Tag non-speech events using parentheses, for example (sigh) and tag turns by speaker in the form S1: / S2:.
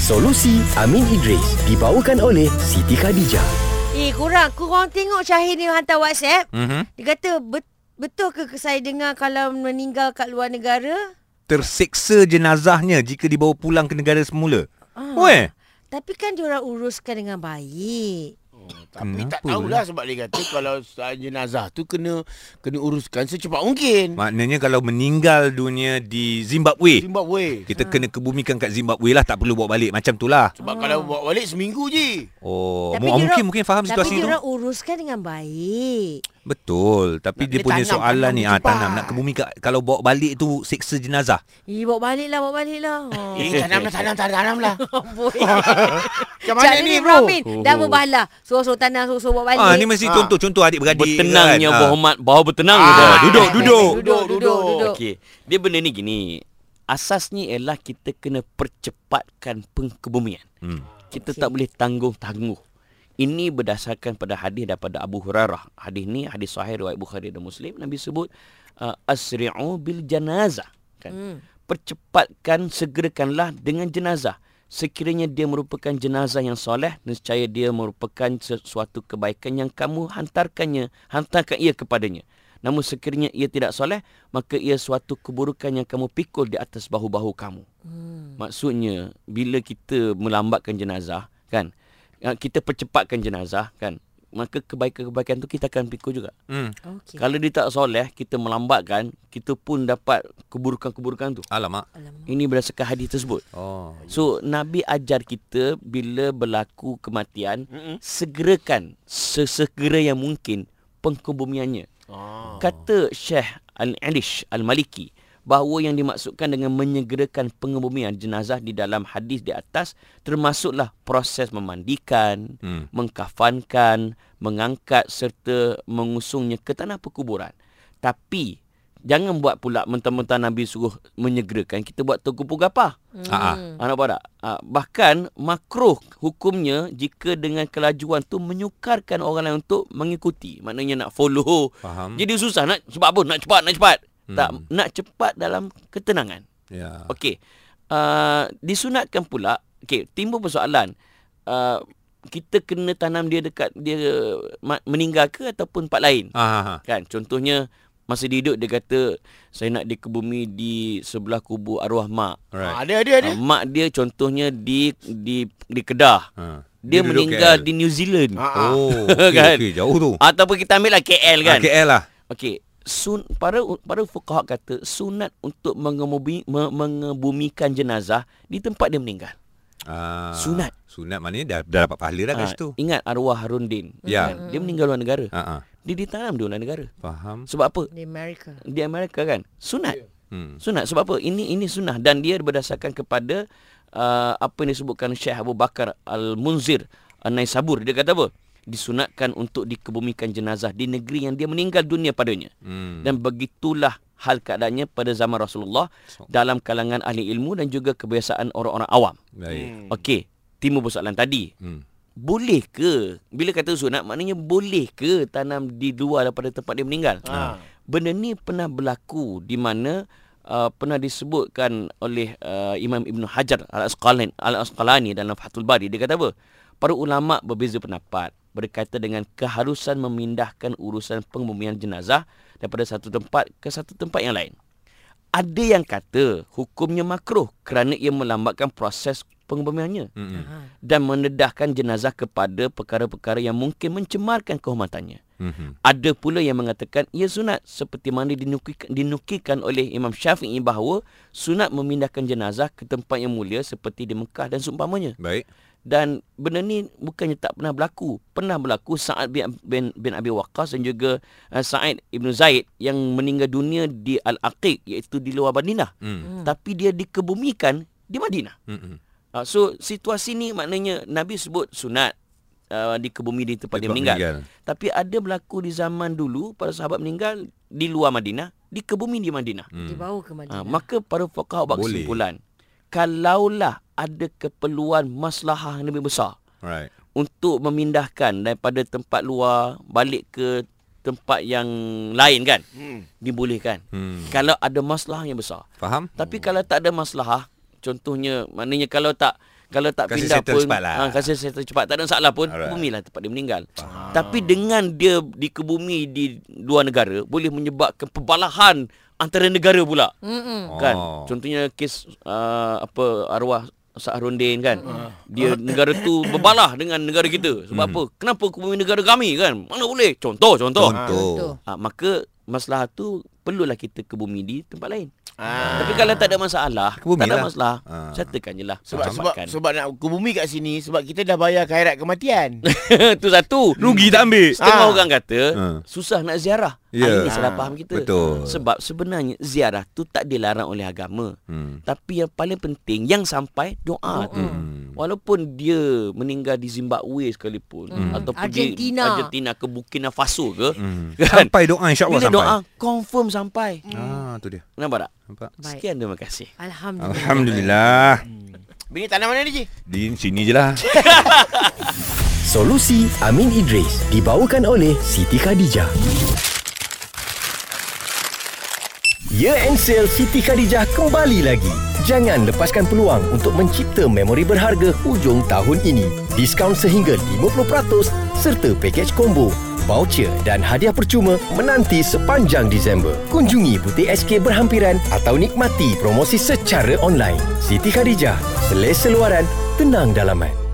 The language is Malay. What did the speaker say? S1: Solusi Amin Idris dibawakan oleh Siti Khadijah.
S2: Eh korang Korang tengok Syahir ni hantar whatsapp
S3: Mm-hmm.
S2: Dia kata "Bet- Betul ke saya dengar Kalau meninggal kat luar negara
S3: Terseksa jenazahnya jika dibawa pulang ke negara semula.
S2: Ah.
S3: Weh,
S2: Tapi kan diorang uruskan dengan baik
S4: Tapi tak
S3: Kenapa eh?
S4: tahulah sebab dia kata (coughs) kalau sa- jenazah tu kena kena uruskan secepat mungkin.
S3: maknanya kalau meninggal dunia di Zimbabwe,
S4: Zimbabwe.
S3: kita kena kebumikan kat Zimbabwe lah, tak perlu bawa balik. Macam tu lah.
S4: Sebab kalau
S2: Ah.
S4: bawa balik seminggu je.
S3: Oh, mu-
S2: Tapi diorang-
S3: mungkin mungkin faham
S2: Tapi
S3: situasi tu.
S2: diorang uruskan dengan baik
S3: Betul, tapi
S4: Nak
S3: dia
S4: kena
S3: punya
S4: tanam,
S3: soalan
S4: tanam
S3: ni, ah
S4: cepat.
S3: tanam nak kebumikan kalau bawa balik tu seksa jenazah.
S2: Eh bawa balik lah Bawa balik
S3: (laughs)
S2: lah oh.
S4: Eh
S2: (laughs)
S4: tanamlah tanam tanam tanamlah.
S2: Amboi. (laughs)
S4: Macam mana
S2: Cara
S4: ni
S2: dia
S4: bro?
S2: meramin. Dah berbalah Suruh-suruh tanah Suruh-suruh bawa balik
S3: Oh. Ah, ni mesti
S4: Ah.
S3: contoh-contoh adik-beradik. kan.
S5: Bertenangnya
S3: Ah.
S5: berhormat Bahawa bertenang
S4: Ah,
S5: je dah.
S3: duduk, duduk.
S2: Duduk Duduk Duduk
S5: Okey. Dia benda ni gini. Asasnya ialah kita kena percepatkan pengkebumian.
S3: Hmm.
S5: Kita
S2: Okey.
S5: tak boleh tangguh-tangguh. Ini berdasarkan pada hadis daripada Abu Hurairah. Hadis ni hadis sahih riwayat Bukhari dan Muslim. Nabi sebut uh, asri'u bil janazah. Kan?
S2: Hmm.
S5: Percepatkan, segerakanlah dengan jenazah. Sekiranya dia merupakan jenazah yang soleh, nescaya dia merupakan sesuatu kebaikan yang kamu hantarkannya, hantarkan ia kepadanya. Namun sekiranya ia tidak soleh, maka ia suatu keburukan yang kamu pikul di atas bahu-bahu kamu. Maksudnya bila kita melambatkan jenazah kan uh, kita percepatkan jenazah kan maka kebaikan-kebaikan tu kita akan pikul juga.
S3: Hmm.
S2: Okey
S5: Kalau dia tak soleh kita melambatkan kita pun dapat keburukan-keburukan tu.
S3: Alamak.
S2: Alamak.
S5: Ini berdasarkan hadis tersebut.
S3: Oh.
S5: So Nabi ajar kita bila berlaku kematian
S4: Mm-mm.
S5: segerakan sesegera yang mungkin pengkebumiannya.
S4: Ah.
S5: Kata Syekh Al-Alish Al-Maliki bahawa yang dimaksudkan dengan menyegerakan pengebumian jenazah di dalam hadis di atas termasuklah proses memandikan,
S3: Hmm.
S5: mengkafankan, mengangkat serta mengusungnya ke tanah perkuburan. Tapi jangan buat pula mentah-mentah Nabi suruh menyegerakan kita buat terkupu gapah.
S3: Ah, ah.
S5: Hmm. Anak pada. Ha, bahkan makruh hukumnya jika dengan kelajuan tu menyukarkan orang lain untuk mengikuti. Maknanya nak follow.
S3: Faham.
S5: Jadi susah nak sebab apa? Nak cepat, nak cepat.
S3: Hmm.
S5: Hmm. Tak nak cepat dalam ketenangan.
S3: Ya.
S5: Okey. Uh, disunatkan pula. Okey, timbul persoalan. Uh, kita kena tanam dia dekat dia ma- meninggal ke ataupun tempat lain?
S3: Ah. ah, ah.
S5: Kan contohnya masa dia hidup dia kata saya nak dikebumi di sebelah kubur arwah mak.
S3: Alright.
S4: Ah, Ada ada ada.
S5: Uh, mak dia contohnya di di di Kedah.
S3: Ha.
S5: Dia, dia
S3: duduk KL.
S5: meninggal di New Zealand.
S4: Ah, ah.
S3: Oh, okey,
S5: (laughs) Kan?
S3: okey, jauh tu.
S5: Ataupun kita ambil lah KL kan.
S3: Kan? KL lah.
S5: Okey, sun para para fuqaha kata sunat untuk mengemumi, me, mengebumikan jenazah di tempat dia meninggal.
S3: Ah,
S5: Sunat.
S3: Sunat maknanya dah, dah dapat pahala dah kat
S5: Ah,
S3: situ.
S5: ingat arwah Harun Din.
S3: Ya.
S5: Kan? Dia meninggal luar negara.
S3: Ha ah.
S5: Dia ditanam di luar negara.
S3: Faham.
S5: Sebab apa?
S2: Di Amerika
S5: Di Amerika kan. Sunat.
S3: Hmm.
S5: Sunat sebab apa? Ini ini sunnah dan dia berdasarkan kepada uh, apa yang disebutkan Syekh Abu Bakar Al-Munzir An-Naisabur. Dia kata apa? Disunatkan untuk dikebumikan jenazah di negeri yang dia meninggal dunia padanya.
S3: Hmm.
S5: Dan begitulah hal keadaannya pada zaman Rasulullah
S3: So-
S5: dalam kalangan ahli ilmu dan juga kebiasaan orang-orang awam.
S4: Hmm.
S3: Baik.
S5: Okey, timbul persoalan tadi.
S3: Hmm.
S5: Boleh ke bila kata sunat maknanya boleh ke tanam di luar daripada tempat dia meninggal?
S4: Ah.
S5: Benda ni pernah berlaku di mana uh, pernah disebutkan oleh uh, Imam Ibn Hajar Al-Asqalani, Al-Asqalani dalam Fathul Bari. Dia kata apa? Para ulama berbeza pendapat berkaitan dengan keharusan memindahkan urusan pengebumian jenazah daripada satu tempat ke satu tempat yang lain. Ada yang kata hukumnya makruh kerana ia melambatkan proses pengebumiannya
S3: Hmm.
S2: ha.
S5: dan menedahkan jenazah kepada perkara-perkara yang mungkin mencemarkan kehormatannya.
S3: Hmm.
S5: Ada pula yang mengatakan ia sunat seperti mana dinukikan, dinukikan oleh Imam Syafi'i bahawa sunat memindahkan jenazah ke tempat yang mulia seperti di Mekah dan seumpamanya.
S3: Baik.
S5: Dan benda ni bukannya tak pernah berlaku. Pernah berlaku Sa'ad bin, bin, bin Abi Waqqas dan juga uh, Sa'id Ibn Zaid yang meninggal dunia di Al-Aqiq iaitu di luar Madinah.
S3: Hmm.
S5: Tapi dia dikebumikan di Madinah.
S3: Hmm.
S5: Uh, so situasi ni maknanya Nabi sebut sunat uh, dikebumi di tempat dia, dia meninggal. Tapi ada berlaku di zaman dulu para sahabat meninggal di luar Madinah, di kebumi di Madinah.
S3: Hmm.
S2: Dibawa ke
S5: Ha,
S2: Madinah
S5: maka para fuqaha buat
S3: Boleh.
S5: kesimpulan. Kalaulah ada keperluan maslahah yang lebih besar
S3: Alright.
S5: untuk memindahkan daripada tempat luar balik ke tempat yang lain kan,
S4: Hmm.
S5: dibolehkan.
S3: Hmm.
S5: Kalau ada maslahah yang besar.
S3: Faham?
S5: Tapi kalau tak ada maslahah, contohnya maknanya kalau tak Kalau tak
S3: Kasi
S5: pindah
S3: settle
S5: pun
S3: cepat lah.
S5: ha, Kasi settle cepat Tak ada masalah pun
S3: Alright.
S5: Alright. Bumi lah tempat dia meninggal Tapi dengan dia dikebumi di luar negara Boleh menyebabkan perbalahan Antara negara pula
S2: Mm-mm.
S5: kan
S3: Oh.
S5: contohnya kes uh, apa arwah Saharundin kan dia negara tu berbalah dengan negara
S3: Hmm.
S5: kita sebab apa kenapa kubur negara kami kan mana boleh contoh contoh,
S2: Contoh.
S3: Contoh.
S5: Ha, maka masalah tu perlulah kita kebumi di tempat lain
S4: Ah.
S5: tapi kalau tak ada masalah
S3: Kebumi
S5: tak ada
S3: lah.
S5: masalah
S3: Ah.
S5: satakan je lah
S4: Sebab, sebab,
S5: Selamatkan.
S4: sebab nak ke bumi kat sini Sebab kita dah bayar khairat
S3: (laughs)
S4: kematian
S5: (laughs) tu satu
S3: Rugi tak ambil.
S5: Setengah
S4: Ah.
S5: orang kata
S3: Ah.
S5: Susah nak ziarah
S3: Ya.
S5: yeah. Ini salah
S4: Ah,
S5: faham kita
S3: betul.
S5: Sebab sebenarnya Ziarah tu tak dilarang oleh agama
S3: Hmm.
S5: Tapi yang paling penting Yang sampai doa tu
S3: Hmm.
S5: Walaupun dia meninggal di Zimbabwe sekalipun
S2: Hmm.
S5: Ataupun
S2: Argentina.
S5: di Argentina ke Burkina Faso ke
S3: Hmm.
S5: kan?
S3: Sampai doa insya-Allah
S5: Bila
S3: sampai.
S5: doa confirm sampai
S3: Ah, tu dia.
S5: Nampak tak?
S3: Nampak.
S2: Baik.
S5: Sekian terima kasih
S2: Alhamdulillah.
S3: Alhamdulillah.
S4: Bini tanah mana ni Ji?
S3: Di sini je lah.
S1: Solusi Amin Idris dibawakan oleh Siti Khadijah. Year End Sale Siti Khadijah kembali lagi. Jangan lepaskan peluang untuk mencipta memori berharga hujung tahun ini. Diskaun sehingga 50% serta pakej combo, voucher dan hadiah percuma menanti sepanjang Disember. Kunjungi butik SK berhampiran atau nikmati promosi secara online. Siti Khadijah, selesa luaran, tenang dalaman.